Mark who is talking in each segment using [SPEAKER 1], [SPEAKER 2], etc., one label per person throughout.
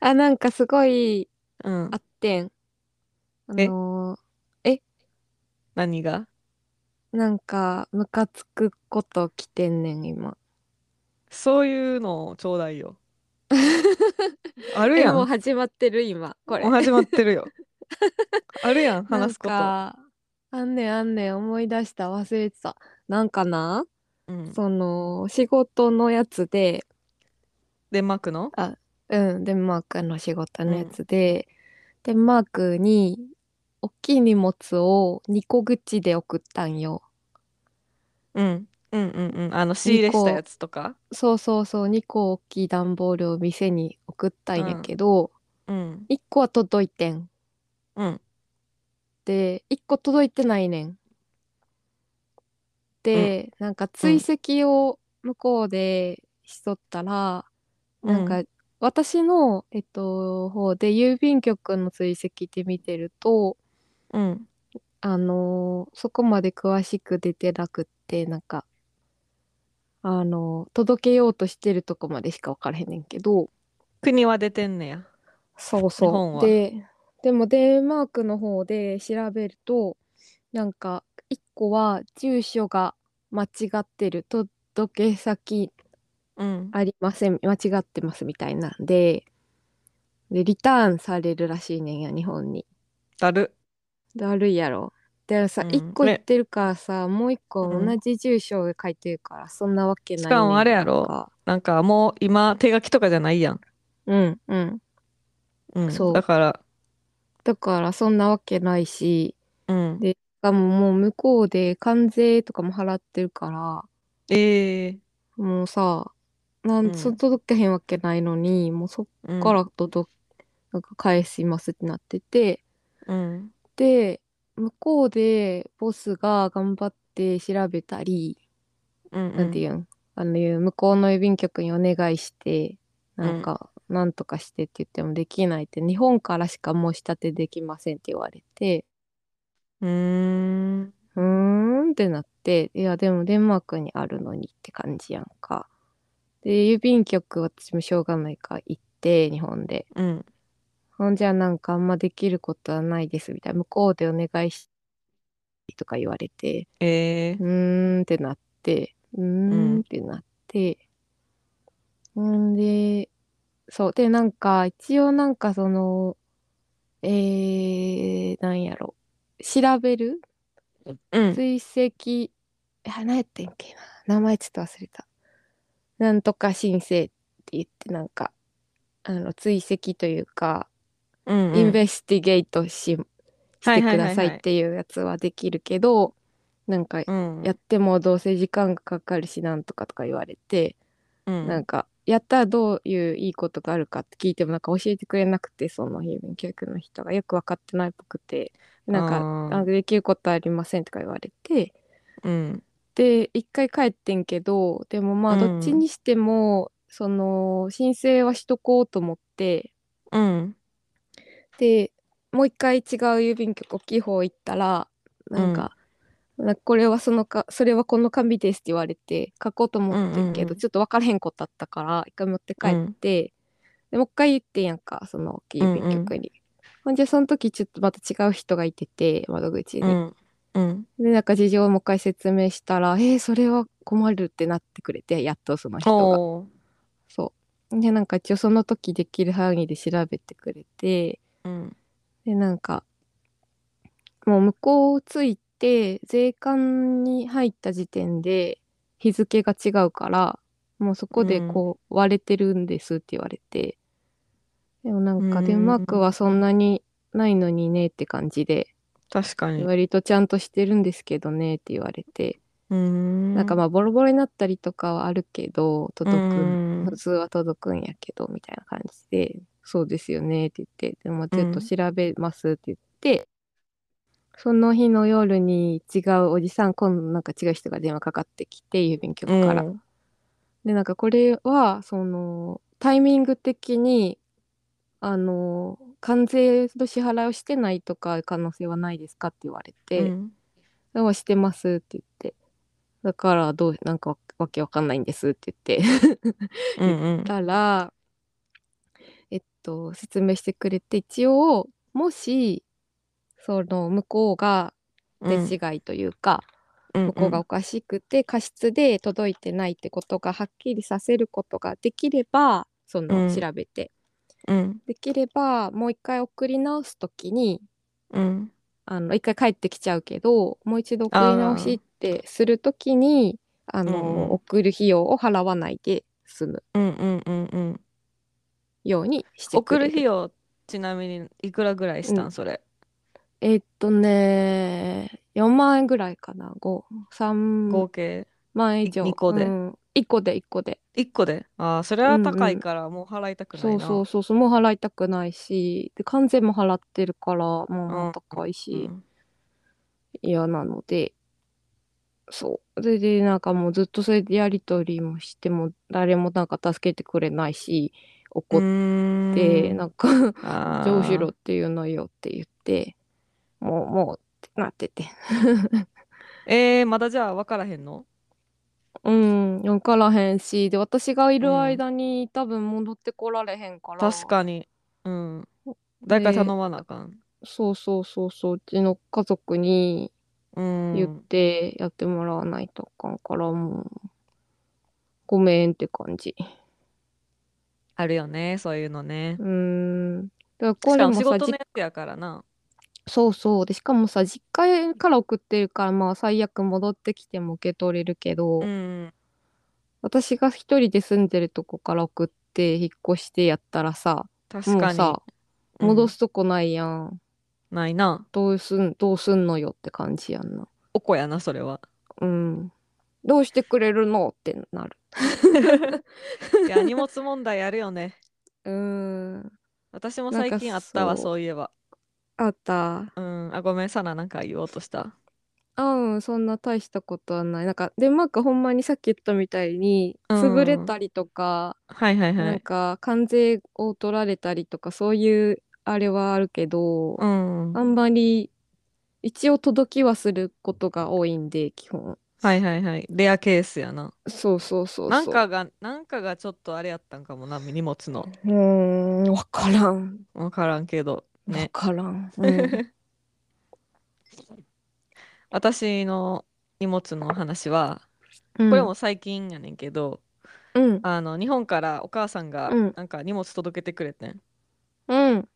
[SPEAKER 1] あ、なんかすごい
[SPEAKER 2] うん
[SPEAKER 1] あ。ってん。あ
[SPEAKER 2] え
[SPEAKER 1] の
[SPEAKER 2] 何が
[SPEAKER 1] ーなんかムカつくこと来てんねん、今。
[SPEAKER 2] そういうのをちょうだいよ。 ある
[SPEAKER 1] え、
[SPEAKER 2] やん。
[SPEAKER 1] もう
[SPEAKER 2] も
[SPEAKER 1] 始まってる、今。これ。
[SPEAKER 2] う始まって るよ。あるやん、
[SPEAKER 1] なん
[SPEAKER 2] 話すこと。
[SPEAKER 1] かあんねんあんねん思い出した忘れてたなんかな、
[SPEAKER 2] うん、
[SPEAKER 1] その仕事のやつで
[SPEAKER 2] デンマークの
[SPEAKER 1] うんデンマークの仕事のやつで、デンマークに大きい荷物を2個口で送ったんよ
[SPEAKER 2] うん。うんうんうん。あの、仕入れしたやつとか。
[SPEAKER 1] そうそうそう2個大きい段ボールを店に送ったんやけど、
[SPEAKER 2] うん。
[SPEAKER 1] 1個は届いてん
[SPEAKER 2] うん。
[SPEAKER 1] で1個届いてないねんで、なんか追跡を向こうでしとったら、なん
[SPEAKER 2] う
[SPEAKER 1] か、私の、えっと、方で郵便局の追跡で見てると、
[SPEAKER 2] うん。
[SPEAKER 1] あのーそこまで詳しく出てなくって、なんか、あのー届けようとしてるとこまでしか分からへんねんけど、
[SPEAKER 2] 国は出てんねや。
[SPEAKER 1] そう
[SPEAKER 2] 日本
[SPEAKER 1] そう。
[SPEAKER 2] は
[SPEAKER 1] で、でもデンマークの方で調べると、なんか、一個は住所が間違ってる、届け先
[SPEAKER 2] うん。
[SPEAKER 1] ありません、間違ってますみたいなんで、で、リターンされるらしいねんや、日本に。
[SPEAKER 2] だる。
[SPEAKER 1] だるいやろ。でさ、
[SPEAKER 2] うん
[SPEAKER 1] 一個言ってるからさ、もう一個
[SPEAKER 2] うん
[SPEAKER 1] 同じ住所が書いてるから、そんなわけないねん
[SPEAKER 2] しかもあれやろ
[SPEAKER 1] か
[SPEAKER 2] なんかもう今、手書きとかじゃないやん。
[SPEAKER 1] うんうん。
[SPEAKER 2] うん。
[SPEAKER 1] そう
[SPEAKER 2] だから、
[SPEAKER 1] だから、そんなわけないし、
[SPEAKER 2] うん
[SPEAKER 1] で。しかももう向こうで関税とかも払ってるか
[SPEAKER 2] ええ
[SPEAKER 1] ら、もうさ、なん、
[SPEAKER 2] うん
[SPEAKER 1] そ届けへんわけないのに、もうそっ
[SPEAKER 2] うん。
[SPEAKER 1] から届、なんか返しますってなってて、
[SPEAKER 2] うん。
[SPEAKER 1] で向こうでボスが頑張って調べたり、
[SPEAKER 2] うん。
[SPEAKER 1] なんていうんあのいう向こうの郵便局にお願いしてなんか、なんとかしてって言ってもできないって日本からしか申し立てできませんって言われて
[SPEAKER 2] うーん。
[SPEAKER 1] うーんってなっていやでもデンマークにあるのにって感じやんかで郵便局私もしょうがないから行って日本で
[SPEAKER 2] うん。
[SPEAKER 1] ほんじゃなんかあんまできることはないですみたいな向こうでお願いしとか言われて
[SPEAKER 2] ええ
[SPEAKER 1] うーんってなって、うーんってなって、うんで、そう、で、なんか、一応なんかその、えー、なんやろ、調べる
[SPEAKER 2] うん。
[SPEAKER 1] 追跡、あ、何やってんけな、名前ちょっと忘れた。なんとか申請って言って、なんか、あの、追跡というか、
[SPEAKER 2] うんうん
[SPEAKER 1] インベスティゲートし、してくださ
[SPEAKER 2] はいはいはい
[SPEAKER 1] い
[SPEAKER 2] はい
[SPEAKER 1] っていうやつはできるけど、なんか、
[SPEAKER 2] うん
[SPEAKER 1] やってもどうせ時間がかかるしなんとかとか言われて、
[SPEAKER 2] うん
[SPEAKER 1] なんかやったらどういういいことがあるかって聞いてもなんか教えてくれなくてその郵便局の人がよく分かってないっぽくてなんか
[SPEAKER 2] あ
[SPEAKER 1] 「
[SPEAKER 2] ー
[SPEAKER 1] あできることありません」とか言われて
[SPEAKER 2] うん
[SPEAKER 1] で一回帰ってんけどでもまあ
[SPEAKER 2] うん
[SPEAKER 1] どっちにしても、その申請はしとこうと思って
[SPEAKER 2] うん
[SPEAKER 1] でもう一回違う郵便局大きい方行ったらなんか、なんかこれはそのかそれはこの紙ですって言われて書こうと思ってんけど、
[SPEAKER 2] うんうんうん
[SPEAKER 1] ちょっと分からへんことあったから一回持って帰って、でもう一回言ってんやんかその大きい郵便局に。ほんじゃその時ちょっとまた違う人がいてて窓口
[SPEAKER 2] う
[SPEAKER 1] で、
[SPEAKER 2] んうん
[SPEAKER 1] でなんか事情をもう一回説明したら「えー、それは困る」ってなってくれてやっとその人が。
[SPEAKER 2] おー
[SPEAKER 1] そうでなんか一応その時できる範囲で調べてくれて、
[SPEAKER 2] うん
[SPEAKER 1] でなんかもう向こう着いて税関に入った時点で日付が違うからもうそこでこう割れてるんですって言われて、でもなん
[SPEAKER 2] う
[SPEAKER 1] か
[SPEAKER 2] ん
[SPEAKER 1] デンマークはそんなにないのにねって感じで、
[SPEAKER 2] 確かにう
[SPEAKER 1] 割とちゃんとしてるんですけどねって言われて、
[SPEAKER 2] ーん
[SPEAKER 1] なんかまあボロボロになったりとかはあるけど届く
[SPEAKER 2] うん
[SPEAKER 1] 普通は届くんやけどみたいな感じで「そうですよね」って言って「でもちょっと調べます」って言って、その日の夜に違うおじさん今度なんか違う人が電話かかってきて郵便局から。
[SPEAKER 2] うん
[SPEAKER 1] でなんかこれはそのタイミング的にあの関税の支払いをしてないとか可能性はないですかって言われて。
[SPEAKER 2] うん
[SPEAKER 1] でもしてますって言って。だから、どう、なんかわわけわかんないんですって言って。
[SPEAKER 2] うんうん
[SPEAKER 1] たら、えっと、説明してくれて、一応、もし、その、向こうが手違いというか、
[SPEAKER 2] うん
[SPEAKER 1] 向こうがおかしくて過失で届いてないってことがはっきりさせることができればその
[SPEAKER 2] うん
[SPEAKER 1] 調べて、
[SPEAKER 2] うん
[SPEAKER 1] できればもう一回送り直す時に
[SPEAKER 2] うん
[SPEAKER 1] あの一回帰ってきちゃうけどもう一度送り直しってする時にあの、
[SPEAKER 2] うんうん
[SPEAKER 1] 送る費用を払わないで済む
[SPEAKER 2] うんうんうんうん
[SPEAKER 1] ようにして
[SPEAKER 2] 送
[SPEAKER 1] くれ
[SPEAKER 2] る費用ちなみにいくらぐらいした
[SPEAKER 1] うん
[SPEAKER 2] んそれ
[SPEAKER 1] えっとね4万円ぐらいかな
[SPEAKER 2] 合
[SPEAKER 1] 53
[SPEAKER 2] 計
[SPEAKER 1] 万円以上
[SPEAKER 2] い二個で
[SPEAKER 1] うん、1個で1個で
[SPEAKER 2] 1個でああそれは高いからもう払いたくな
[SPEAKER 1] そ
[SPEAKER 2] いうな
[SPEAKER 1] そうそうそうもう払いたくないしで関税も払ってるからもう高いし
[SPEAKER 2] ん
[SPEAKER 1] 嫌なのでそうそれでなんかもうずっとそれでやり取りもしても誰もなんか助けてくれないし
[SPEAKER 2] う
[SPEAKER 1] 怒っ
[SPEAKER 2] ーん
[SPEAKER 1] てなんか「
[SPEAKER 2] あー
[SPEAKER 1] どうしろっていうのよ」って言ってもうもうってなってて
[SPEAKER 2] えー、まだじゃあ分からへんの
[SPEAKER 1] うん分からへんしで私がい
[SPEAKER 2] うん
[SPEAKER 1] る間に多分戻ってこられへんから
[SPEAKER 2] 確かにうん誰か
[SPEAKER 1] で
[SPEAKER 2] 頼まなあかん
[SPEAKER 1] そうそうそうそううちの家族に
[SPEAKER 2] うん
[SPEAKER 1] 言ってやってもらわないとあかんからもうごめんって感じ
[SPEAKER 2] あるよねそういうのね
[SPEAKER 1] うーんだから
[SPEAKER 2] しか
[SPEAKER 1] これ
[SPEAKER 2] も
[SPEAKER 1] も
[SPEAKER 2] 仕
[SPEAKER 1] さ
[SPEAKER 2] 事
[SPEAKER 1] じ
[SPEAKER 2] のやつやからな
[SPEAKER 1] そうそうでしかもさ実家から送ってるからまあ最悪戻ってきても受け取れるけど、
[SPEAKER 2] うん
[SPEAKER 1] 私が一人で住んでるとこから送って引っ越してやったらさ
[SPEAKER 2] 確
[SPEAKER 1] もう
[SPEAKER 2] かに
[SPEAKER 1] さ
[SPEAKER 2] うん
[SPEAKER 1] 戻すとこないやん、
[SPEAKER 2] ないな
[SPEAKER 1] どうすんどうすんのよって感じやんな
[SPEAKER 2] おこやなそ れは
[SPEAKER 1] うんどうしてくれるのってなる
[SPEAKER 2] いや荷物問題あるよね
[SPEAKER 1] うーん
[SPEAKER 2] 私も最近あった
[SPEAKER 1] なん
[SPEAKER 2] わ
[SPEAKER 1] かそう
[SPEAKER 2] そういえば
[SPEAKER 1] あった
[SPEAKER 2] うんあごめんサナなんか言おうとした
[SPEAKER 1] あうん、そんな大したことはない。なんかデンマークほんまにさっき言ったみたいに
[SPEAKER 2] うん
[SPEAKER 1] 潰れたりとか、
[SPEAKER 2] はいはいは
[SPEAKER 1] なん
[SPEAKER 2] い
[SPEAKER 1] か関税を取られたりとかそういうあれはあるけど、
[SPEAKER 2] うん
[SPEAKER 1] あんまり一応届きはすることが多いんで基本。
[SPEAKER 2] はいはいはいレアケースやな
[SPEAKER 1] そうそうそう
[SPEAKER 2] なん
[SPEAKER 1] そう。
[SPEAKER 2] かがなんかがちょっとあれやったんかもな荷物の
[SPEAKER 1] うーん、わからん。
[SPEAKER 2] 分からんけど
[SPEAKER 1] わ
[SPEAKER 2] ね
[SPEAKER 1] から ん。うん、
[SPEAKER 2] 私の荷物の話は
[SPEAKER 1] こ
[SPEAKER 2] これも最近やねんけど、
[SPEAKER 1] うん、
[SPEAKER 2] あの日本からお母さんが
[SPEAKER 1] うん
[SPEAKER 2] なんか荷物届けてくれてん、
[SPEAKER 1] うん、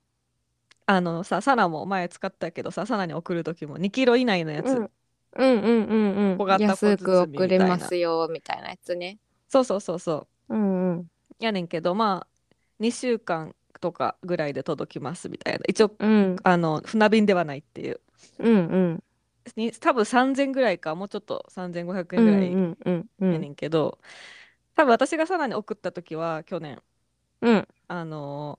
[SPEAKER 2] あのさサナも前使ったけどさサナに送る時も2キロ以内のやつ、
[SPEAKER 1] うん、うん、うん、うん、うん。
[SPEAKER 2] 小型小
[SPEAKER 1] 安く送
[SPEAKER 2] 包みみた
[SPEAKER 1] れ
[SPEAKER 2] いな
[SPEAKER 1] ますよみたいなやつね。
[SPEAKER 2] そうそうそうそう
[SPEAKER 1] うん、うん、
[SPEAKER 2] やねんけどまあ2週間とかぐらいで届きますみたいな一応
[SPEAKER 1] うん、
[SPEAKER 2] あの船便ではないっていう
[SPEAKER 1] うん、うん。
[SPEAKER 2] に多分3000ぐらいかもうちょっと3500
[SPEAKER 1] う
[SPEAKER 2] 円
[SPEAKER 1] ん
[SPEAKER 2] ぐ
[SPEAKER 1] う
[SPEAKER 2] らい
[SPEAKER 1] んうんう
[SPEAKER 2] やね
[SPEAKER 1] ん
[SPEAKER 2] んけど、多分私がサナに送った時は去年
[SPEAKER 1] うん
[SPEAKER 2] あの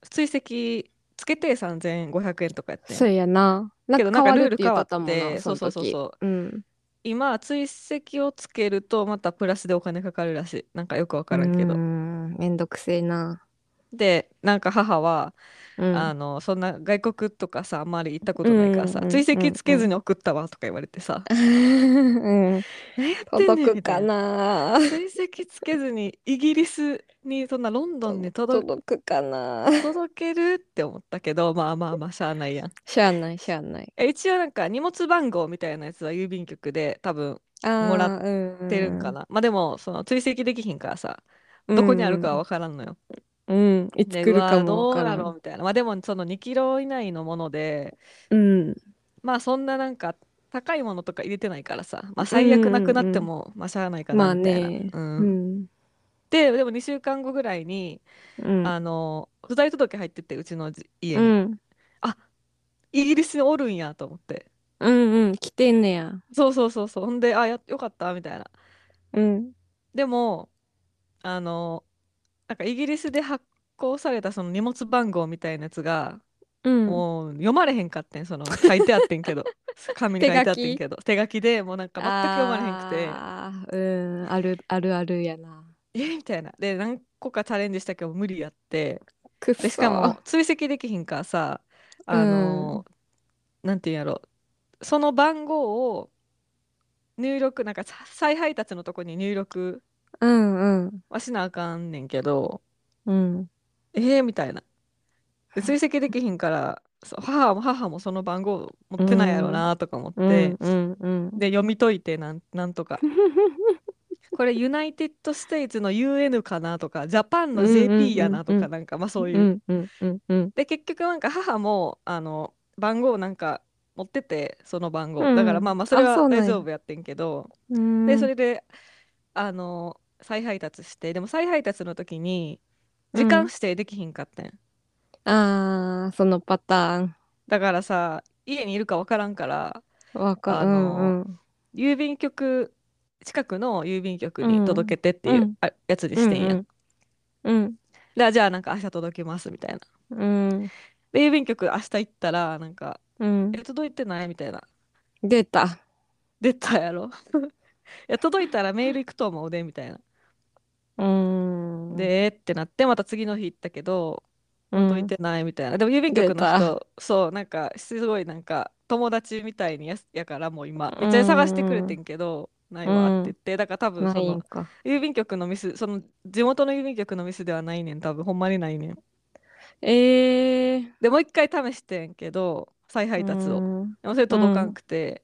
[SPEAKER 2] 追跡つけて3500円とかやってん
[SPEAKER 1] そうやななん
[SPEAKER 2] け
[SPEAKER 1] か
[SPEAKER 2] ど
[SPEAKER 1] 変わ
[SPEAKER 2] なん
[SPEAKER 1] るって
[SPEAKER 2] かルール
[SPEAKER 1] 言っ
[SPEAKER 2] 変わ
[SPEAKER 1] て
[SPEAKER 2] った
[SPEAKER 1] もんな
[SPEAKER 2] て
[SPEAKER 1] その
[SPEAKER 2] そうそうそう
[SPEAKER 1] 時
[SPEAKER 2] そう
[SPEAKER 1] うん
[SPEAKER 2] 今追跡をつけるとまたプラスでお金かかるらしいなんかよくわからんけ
[SPEAKER 1] うー
[SPEAKER 2] ど
[SPEAKER 1] んめんどくせえな
[SPEAKER 2] でなんか母は、
[SPEAKER 1] うん
[SPEAKER 2] あのそんな外国とかさあんまり行ったことないからさ、
[SPEAKER 1] うんうんうん
[SPEAKER 2] 追跡つけずに送ったわとか言われて さ
[SPEAKER 1] うん
[SPEAKER 2] 何やってんね
[SPEAKER 1] 届
[SPEAKER 2] ん
[SPEAKER 1] く
[SPEAKER 2] みた
[SPEAKER 1] か
[SPEAKER 2] いな
[SPEAKER 1] な
[SPEAKER 2] 追跡つけずにイギリスにそんなロンドンに届
[SPEAKER 1] 届くかな
[SPEAKER 2] 届けるって思ったけどまあまあまあしゃあないやん
[SPEAKER 1] しゃあないしゃあない
[SPEAKER 2] え一応なんか荷物番号みたいなやつは郵便局で多分
[SPEAKER 1] あー
[SPEAKER 2] もら
[SPEAKER 1] うん
[SPEAKER 2] 出るんかな、まあでもその追跡できひんからさどこにあるかは分からんのよ、
[SPEAKER 1] うんいつ
[SPEAKER 2] で
[SPEAKER 1] 来る
[SPEAKER 2] うわ
[SPEAKER 1] かも
[SPEAKER 2] ど
[SPEAKER 1] わ
[SPEAKER 2] う
[SPEAKER 1] から
[SPEAKER 2] だ
[SPEAKER 1] ん
[SPEAKER 2] ろうみたいなまあでもその2キロ以内のもので
[SPEAKER 1] うん
[SPEAKER 2] まあそんななんか高いものとか入れてないからさまあ最悪なくなってもまあしゃあないか
[SPEAKER 1] まあ
[SPEAKER 2] なみたいな、
[SPEAKER 1] ね
[SPEAKER 2] う
[SPEAKER 1] うんん
[SPEAKER 2] ででも2週間後ぐらいに、
[SPEAKER 1] うん
[SPEAKER 2] あの不在届入っててうちのじ家
[SPEAKER 1] う
[SPEAKER 2] に、
[SPEAKER 1] ん
[SPEAKER 2] イギリスにおるんやと思って
[SPEAKER 1] うんうん来てんねや
[SPEAKER 2] そうそうそうそうほんであやよかったみたいな
[SPEAKER 1] うん
[SPEAKER 2] でもあのなんかイギリスで発行されたその荷物番号みたいなやつが、
[SPEAKER 1] うん
[SPEAKER 2] もう読まれへんかってんその書いてあってん けど紙に書いてあってんけど手書きでもうなんか全く読まれへんくて
[SPEAKER 1] あーうんあるあるあるやな
[SPEAKER 2] えみたいなで何個かチャレンジしたけど無理やって
[SPEAKER 1] くっ
[SPEAKER 2] でしかも追跡できひんからさあの、なんていうんやろその番号を入力なんかさ再配達のとこに入力
[SPEAKER 1] うんうん
[SPEAKER 2] はしなあかんねんけど
[SPEAKER 1] うん
[SPEAKER 2] えー、みたいなで追跡できひんからそう母も母もその番号持ってないやろなとか思って、
[SPEAKER 1] うんうん
[SPEAKER 2] で読み解いてなんなんと かこれユナイテッド・ステイツの UN かなとかジャパンの
[SPEAKER 1] うんうんうんうん
[SPEAKER 2] JP やなとかなんかまあそういううん
[SPEAKER 1] うんうんうん
[SPEAKER 2] で結局なんか母もあの番号なんか持っててその番号、
[SPEAKER 1] うん
[SPEAKER 2] だからまあまあそれ
[SPEAKER 1] あ
[SPEAKER 2] は
[SPEAKER 1] そうなんや
[SPEAKER 2] 大丈夫やってんけど
[SPEAKER 1] うん
[SPEAKER 2] でそれであの再配達してでも再配達の時に時間指定できひんかってん、
[SPEAKER 1] あーそのパターン
[SPEAKER 2] だからさ家にいるかわからんから
[SPEAKER 1] わか
[SPEAKER 2] あの
[SPEAKER 1] うんうん
[SPEAKER 2] 郵便局近くの郵便局に届けてっていうう、
[SPEAKER 1] ん
[SPEAKER 2] あやつにしてんや、
[SPEAKER 1] うんうん
[SPEAKER 2] でじゃあなんか明日届けますみたいな
[SPEAKER 1] うん
[SPEAKER 2] で郵便局明日行ったらなんか
[SPEAKER 1] うん
[SPEAKER 2] 「え届いてない?」みたいな
[SPEAKER 1] 出た
[SPEAKER 2] 出たやろ いや届いたらメール行くと思うでみたいな、
[SPEAKER 1] うん
[SPEAKER 2] でーってなってまた次の日行ったけど
[SPEAKER 1] うん
[SPEAKER 2] 届いてないみたいなでも郵便局
[SPEAKER 1] 出
[SPEAKER 2] の
[SPEAKER 1] た
[SPEAKER 2] 人そうなんかすごいなんか友達みたいにやすやからもう今めっちゃ探してくれてんけど、ないわって言ってだから多分
[SPEAKER 1] な
[SPEAKER 2] そ
[SPEAKER 1] い
[SPEAKER 2] の
[SPEAKER 1] んか
[SPEAKER 2] 郵便局のミスその地元の郵便局のミスではないねん多分ほんまにないねん
[SPEAKER 1] えー
[SPEAKER 2] でもう一回試してんけど再配達を、
[SPEAKER 1] うん
[SPEAKER 2] でもそれ届かんくて、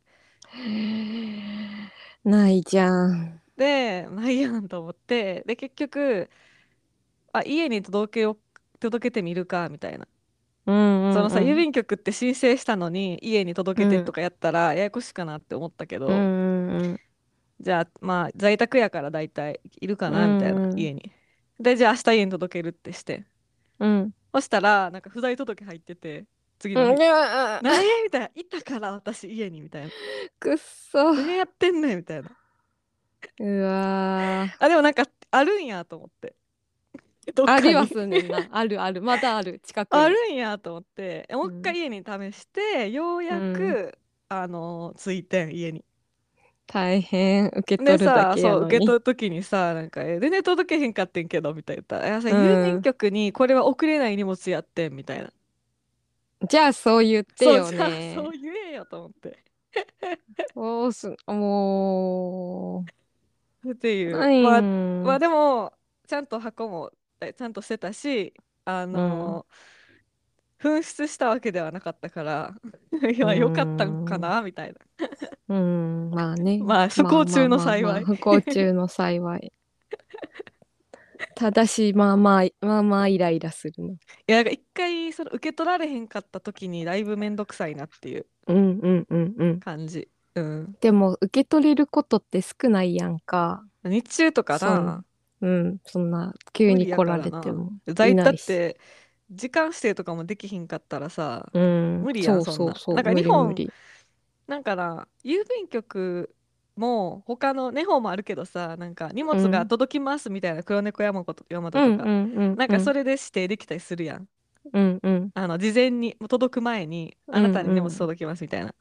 [SPEAKER 1] ないじゃん
[SPEAKER 2] でないやんと思ってで結局あ家に届けよ届けてみるかみたいな、
[SPEAKER 1] うん
[SPEAKER 2] そのさ
[SPEAKER 1] うんうん
[SPEAKER 2] 郵便局って申請したのに家に届けてとかやったらややこしいかなって思ったけど、
[SPEAKER 1] うんうんうん
[SPEAKER 2] じゃあまあ在宅やから大体いるかなみたいな、
[SPEAKER 1] うんうん
[SPEAKER 2] 家にでじゃあ明日家に届けるってして
[SPEAKER 1] うん
[SPEAKER 2] そしたらなんか不在届入ってて次
[SPEAKER 1] う
[SPEAKER 2] の
[SPEAKER 1] ん
[SPEAKER 2] 日
[SPEAKER 1] うん
[SPEAKER 2] 「何、みたいな「いたから私家に」みたいな
[SPEAKER 1] くっそ
[SPEAKER 2] 「何やってんねん」みたいな
[SPEAKER 1] うわー
[SPEAKER 2] あでもなんかあるんやと思ってどっか
[SPEAKER 1] あ
[SPEAKER 2] に
[SPEAKER 1] りはすんねんなあるあるまだある近くに
[SPEAKER 2] あるんやと思ってもう一
[SPEAKER 1] う
[SPEAKER 2] 回家に試して、ようやく、あのついてん家に。
[SPEAKER 1] 大変受け取
[SPEAKER 2] で
[SPEAKER 1] るだ
[SPEAKER 2] さ
[SPEAKER 1] けや
[SPEAKER 2] そう
[SPEAKER 1] の
[SPEAKER 2] 受け
[SPEAKER 1] に
[SPEAKER 2] 取る時にさなんか「え全然届けへんかってんけど」みたいな言ったら「いやさ
[SPEAKER 1] うん
[SPEAKER 2] 郵便局にこれは送れない荷物やってん」みたいな。
[SPEAKER 1] じゃあそう言って
[SPEAKER 2] そう
[SPEAKER 1] よ
[SPEAKER 2] じゃあ
[SPEAKER 1] ね
[SPEAKER 2] そう言えよと思って。
[SPEAKER 1] そうすも
[SPEAKER 2] っていうう。
[SPEAKER 1] ない
[SPEAKER 2] まあ
[SPEAKER 1] ん
[SPEAKER 2] まあでもちゃんと箱もえちゃんとしてたしあの紛失したわけではなかったから いやよかったんかなみたい
[SPEAKER 1] う
[SPEAKER 2] な
[SPEAKER 1] んまあね
[SPEAKER 2] まあ不幸中の幸い
[SPEAKER 1] まあまあまあまあ不幸中の幸いただしまあまあまあまあイライラするない
[SPEAKER 2] やなんか一回その受け取られへんかった時にだいぶ面倒くさいなっていう
[SPEAKER 1] うんうんうんうん
[SPEAKER 2] 感じ、うん、
[SPEAKER 1] でも受け取れることって少ないやんか
[SPEAKER 2] 日中とかな
[SPEAKER 1] うんそんな急に来られ
[SPEAKER 2] 無理
[SPEAKER 1] て
[SPEAKER 2] やから
[SPEAKER 1] も
[SPEAKER 2] 在
[SPEAKER 1] い
[SPEAKER 2] だ
[SPEAKER 1] な
[SPEAKER 2] っ
[SPEAKER 1] いして
[SPEAKER 2] 時間指定とかもできひんかったらさ
[SPEAKER 1] うん
[SPEAKER 2] 無理やん
[SPEAKER 1] そうそう
[SPEAKER 2] そ
[SPEAKER 1] そ
[SPEAKER 2] ん
[SPEAKER 1] う
[SPEAKER 2] ななんか
[SPEAKER 1] 無
[SPEAKER 2] 日
[SPEAKER 1] 理
[SPEAKER 2] 本
[SPEAKER 1] 無理
[SPEAKER 2] なんかな郵便局も他のね方もあるけどさなんか荷物が
[SPEAKER 1] うん
[SPEAKER 2] 届きますみたいな黒猫山こと山
[SPEAKER 1] う
[SPEAKER 2] 田
[SPEAKER 1] ん
[SPEAKER 2] と
[SPEAKER 1] う
[SPEAKER 2] か、
[SPEAKER 1] んうん
[SPEAKER 2] なんかそ
[SPEAKER 1] れ
[SPEAKER 2] れで指定できたりするやん
[SPEAKER 1] うんうん
[SPEAKER 2] あの事前にもう届く前にあなたに荷物届きますみたいな、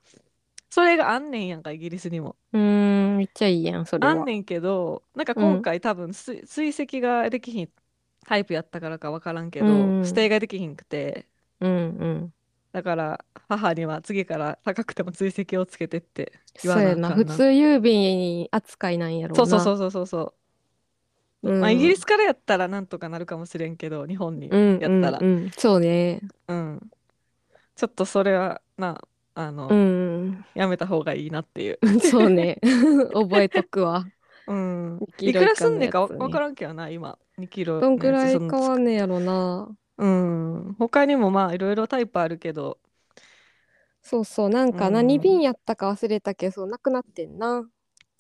[SPEAKER 2] それがあんねんやんかイギリスにも
[SPEAKER 1] うーんめっちゃいいやんそれ
[SPEAKER 2] あ
[SPEAKER 1] は
[SPEAKER 2] んねんけどなんか今回多分す追跡ができひんタイプやったからか分からんけど、
[SPEAKER 1] うん
[SPEAKER 2] 指定ができひんくて
[SPEAKER 1] うんうん
[SPEAKER 2] だから母には次から高くても追跡をつけてって言
[SPEAKER 1] そ
[SPEAKER 2] わ
[SPEAKER 1] う
[SPEAKER 2] な
[SPEAKER 1] や
[SPEAKER 2] あ
[SPEAKER 1] な
[SPEAKER 2] かん
[SPEAKER 1] 普
[SPEAKER 2] な
[SPEAKER 1] 通郵便扱いなんやろ
[SPEAKER 2] そうそう
[SPEAKER 1] な
[SPEAKER 2] そうそうそうそう
[SPEAKER 1] うん
[SPEAKER 2] まあ、イギリスからやったらなんとかなるかもしれんけど日本に
[SPEAKER 1] うん
[SPEAKER 2] やったら
[SPEAKER 1] うんうんそうね
[SPEAKER 2] うん、ちょっとそれはなあの、
[SPEAKER 1] うん
[SPEAKER 2] やめた方がいいなっ ていう、
[SPEAKER 1] そうね覚えとくわ
[SPEAKER 2] うん、
[SPEAKER 1] 黄
[SPEAKER 2] い
[SPEAKER 1] 色い
[SPEAKER 2] くらすんねんかわ
[SPEAKER 1] 缶のやつね
[SPEAKER 2] わからんけどな今2キロ
[SPEAKER 1] どんくらい
[SPEAKER 2] そ
[SPEAKER 1] 変
[SPEAKER 2] の
[SPEAKER 1] わんねやろな
[SPEAKER 2] うん他にもまあいろいろタイプあるけど
[SPEAKER 1] そうそうなん
[SPEAKER 2] う
[SPEAKER 1] か
[SPEAKER 2] ん
[SPEAKER 1] 何便やったか忘れたけどそうなくなってんな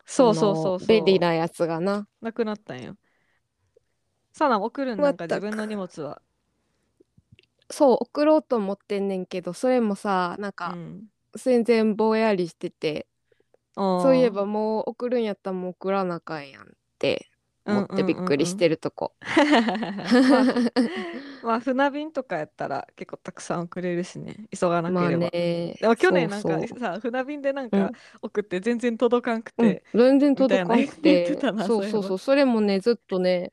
[SPEAKER 2] そうそうそう
[SPEAKER 1] の
[SPEAKER 2] そう
[SPEAKER 1] 便利なやつがな
[SPEAKER 2] なくなったんよサナ送るんなんか
[SPEAKER 1] まった
[SPEAKER 2] 自
[SPEAKER 1] く
[SPEAKER 2] 分の荷物は
[SPEAKER 1] そう送ろうと思ってんねんけどそれもさなんか
[SPEAKER 2] ん、
[SPEAKER 1] 全然ぼんやりしてて、
[SPEAKER 2] そ
[SPEAKER 1] そういえばもう送るんやったらもう送らなあかんやんって思ってびっくりし
[SPEAKER 2] る、
[SPEAKER 1] てるとこ、
[SPEAKER 2] まあまあ船便とかやったら結構たくさん送れるしね急がな
[SPEAKER 1] まあ
[SPEAKER 2] ければ、
[SPEAKER 1] ね
[SPEAKER 2] でも去年なんか
[SPEAKER 1] そうそう
[SPEAKER 2] さ船便でなん
[SPEAKER 1] うん
[SPEAKER 2] か送って全然届かんく
[SPEAKER 1] うん
[SPEAKER 2] て、、
[SPEAKER 1] 全然届かなく
[SPEAKER 2] みたいな言っててたな
[SPEAKER 1] そう
[SPEAKER 2] そういえ
[SPEAKER 1] そ
[SPEAKER 2] ば
[SPEAKER 1] うそうそれもねずっとね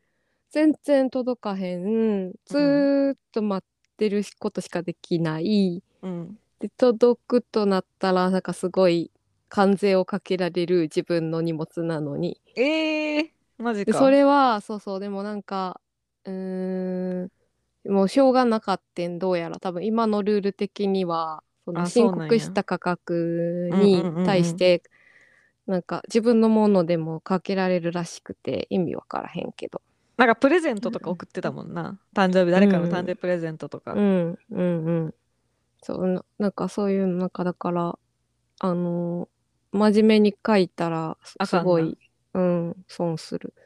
[SPEAKER 1] 全然届かへんずーっと待ってることしかできない
[SPEAKER 2] うん
[SPEAKER 1] で届くとなったらなんかすごい関税をかけられる自分の荷物なのに
[SPEAKER 2] えー、マジ
[SPEAKER 1] で
[SPEAKER 2] か
[SPEAKER 1] それはそうそうでもなんかうーんもうしょうがなかったんどうやら多分今のルール的にはその
[SPEAKER 2] あそう
[SPEAKER 1] 申
[SPEAKER 2] なんや
[SPEAKER 1] 告した価格
[SPEAKER 2] うんうんうんうん
[SPEAKER 1] に対してなんか自分のものでもかけられるらしくて意味わからへんけど、
[SPEAKER 2] なんかプレゼントとか送ってたもんな誕生日誰かの誕生日プレゼントとか、
[SPEAKER 1] うん、うんうんそうななんかそういうのなんかだからあの真面目に書いたらす
[SPEAKER 2] あ
[SPEAKER 1] す
[SPEAKER 2] かんな
[SPEAKER 1] ごい、うん、損するっ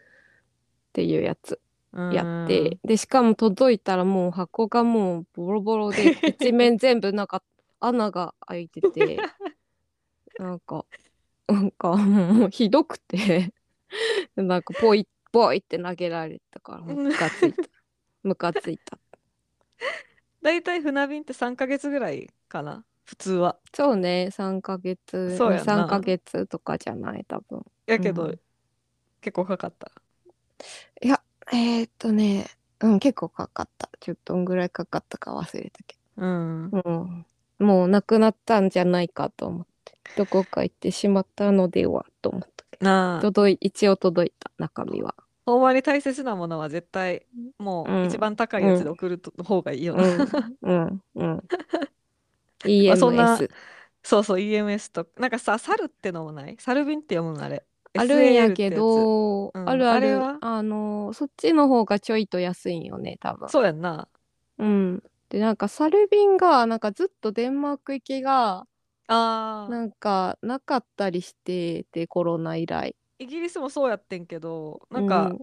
[SPEAKER 1] ていうやつ
[SPEAKER 2] うん
[SPEAKER 1] やってでしかも届いたらもう箱がもうボロボロ で一面全部なんか穴が開いて てなんかなんかもうひどくて なんかポイポイって投げられたから
[SPEAKER 2] うん
[SPEAKER 1] ムカついたムカついた
[SPEAKER 2] 大体船便って3ヶ月ぐらいかな普通は
[SPEAKER 1] そうね3ヶ月
[SPEAKER 2] そうやんな
[SPEAKER 1] 3ヶ月とかじゃない多分
[SPEAKER 2] やけど、
[SPEAKER 1] うん
[SPEAKER 2] 結構かかった
[SPEAKER 1] えー、っとねうん結構かかったちょっとどんぐらいかかったか忘れたけど
[SPEAKER 2] うん
[SPEAKER 1] うん、もうなくなったんじゃないかと思ってどこか行ってしまったのではと思ったけど
[SPEAKER 2] なあ
[SPEAKER 1] 届い一応届いた中身は、
[SPEAKER 2] ほんまに大切なものは絶対も
[SPEAKER 1] う
[SPEAKER 2] うん一番高いやつで送ると方がいいよ
[SPEAKER 1] う
[SPEAKER 2] な、
[SPEAKER 1] ん、うんうん
[SPEAKER 2] まあそんな
[SPEAKER 1] EMS
[SPEAKER 2] そうそう EMS となんかさ猿ってのもない猿便って読むのあれ
[SPEAKER 1] あるん
[SPEAKER 2] SAL
[SPEAKER 1] や
[SPEAKER 2] って
[SPEAKER 1] け
[SPEAKER 2] つ
[SPEAKER 1] ど、
[SPEAKER 2] うん
[SPEAKER 1] あるあ
[SPEAKER 2] あれ
[SPEAKER 1] る
[SPEAKER 2] は
[SPEAKER 1] あのそっちの方がちょいと安いんよね多分
[SPEAKER 2] そうやんな
[SPEAKER 1] うんでなんかサルビンがなんかずっとデンマーク行きが
[SPEAKER 2] あー
[SPEAKER 1] なんかなかったりしてでコロナ以来
[SPEAKER 2] イギリスもそうやってんけどなんか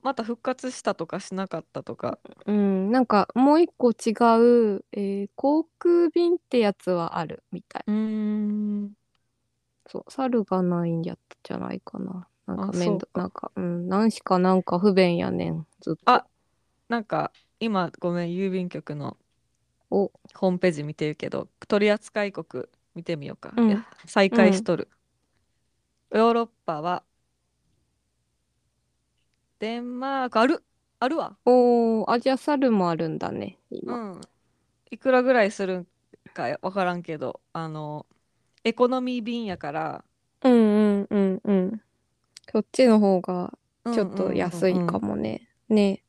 [SPEAKER 2] また復活したとかしなかったとか
[SPEAKER 1] うん、なんかもう一個違う、えー航空便ってやつはあるみたい。
[SPEAKER 2] うん
[SPEAKER 1] そう、猿がないんやったじゃないかな。なん
[SPEAKER 2] あ
[SPEAKER 1] か面倒
[SPEAKER 2] そう、か
[SPEAKER 1] なんか、うん、なんしかなんか不便やねん、ずっと。
[SPEAKER 2] あなんか今ごめん郵便局の
[SPEAKER 1] お、
[SPEAKER 2] ホームページ見てるけど取扱国見てみようか、
[SPEAKER 1] うん
[SPEAKER 2] いや再開しとる、ヨーロッパはデンマークあるあるわ
[SPEAKER 1] おー、あ、じゃあ猿もあるんだね、
[SPEAKER 2] う
[SPEAKER 1] 今。
[SPEAKER 2] んいくらぐらいするんか分からんけどあのエコノミー便やから
[SPEAKER 1] うんうんうんうん。そっちの方がちょっと安いか
[SPEAKER 2] も
[SPEAKER 1] もね。ね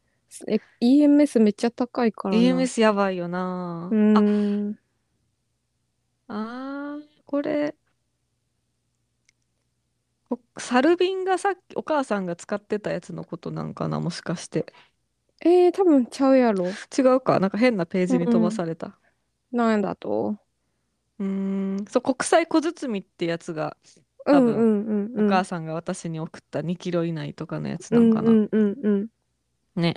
[SPEAKER 1] え、EMS めっちゃ高いからな。
[SPEAKER 2] EMS やばいよな
[SPEAKER 1] うーん。
[SPEAKER 2] ああーこれこサルビンがさっきお母さんが使ってたやつのことなんかなもしかして
[SPEAKER 1] えー、多分ちゃうやろ。
[SPEAKER 2] 違うかなんか変なページに飛ばされた
[SPEAKER 1] なんだと。
[SPEAKER 2] うーんそう国際小包ってやつが
[SPEAKER 1] うん
[SPEAKER 2] 多
[SPEAKER 1] う
[SPEAKER 2] 分
[SPEAKER 1] んうん
[SPEAKER 2] お
[SPEAKER 1] うん。
[SPEAKER 2] 母さんが私に送った2キロ以内とかのやつなんか
[SPEAKER 1] う
[SPEAKER 2] なん
[SPEAKER 1] うんうんうん。
[SPEAKER 2] ね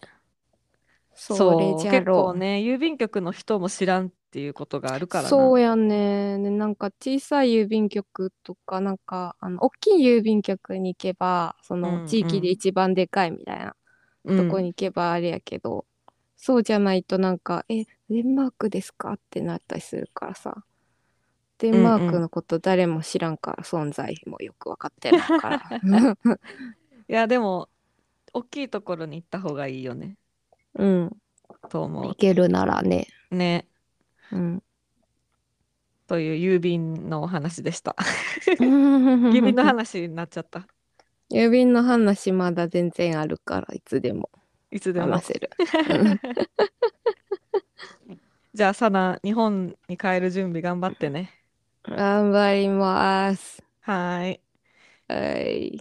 [SPEAKER 1] それ
[SPEAKER 2] う
[SPEAKER 1] じゃ
[SPEAKER 2] 結
[SPEAKER 1] ろ
[SPEAKER 2] 構ね郵便局の人も知らんっていうことがあるからな
[SPEAKER 1] そうやねねなんか小さい郵便局とかなんかあの大きい郵便局に行けばそ
[SPEAKER 2] うん
[SPEAKER 1] の地域で
[SPEAKER 2] うん
[SPEAKER 1] 一番でかいみたいな
[SPEAKER 2] うん
[SPEAKER 1] とこに行けばあれやけど、そうじゃないとなんか「えデンマークですか?」ってなったりするからさデンマークのこと誰も知らんから存在もよく分かってない から。
[SPEAKER 2] いやでも大きいところに行った方がいいよね
[SPEAKER 1] うん、
[SPEAKER 2] と思
[SPEAKER 1] 行けるならね、
[SPEAKER 2] うね
[SPEAKER 1] うん、
[SPEAKER 2] という郵便のお話でした郵
[SPEAKER 1] 郵
[SPEAKER 2] 便の話になっちゃった
[SPEAKER 1] 郵便の話まだ全然あるからいつでも
[SPEAKER 2] いつでも
[SPEAKER 1] 話せる。
[SPEAKER 2] じゃあサナ日本に帰る準備頑張ってね
[SPEAKER 1] 頑張ります。
[SPEAKER 2] はーい
[SPEAKER 1] はい。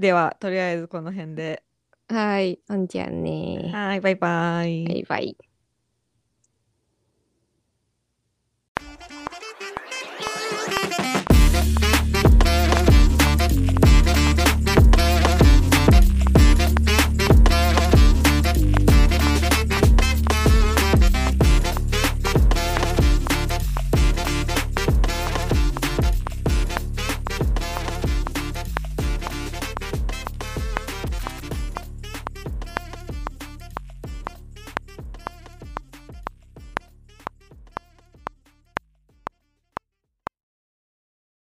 [SPEAKER 2] ではとりあえずこの辺で
[SPEAKER 1] はい。ほんじゃあね。
[SPEAKER 2] はーいバイバイ
[SPEAKER 1] バイバイ。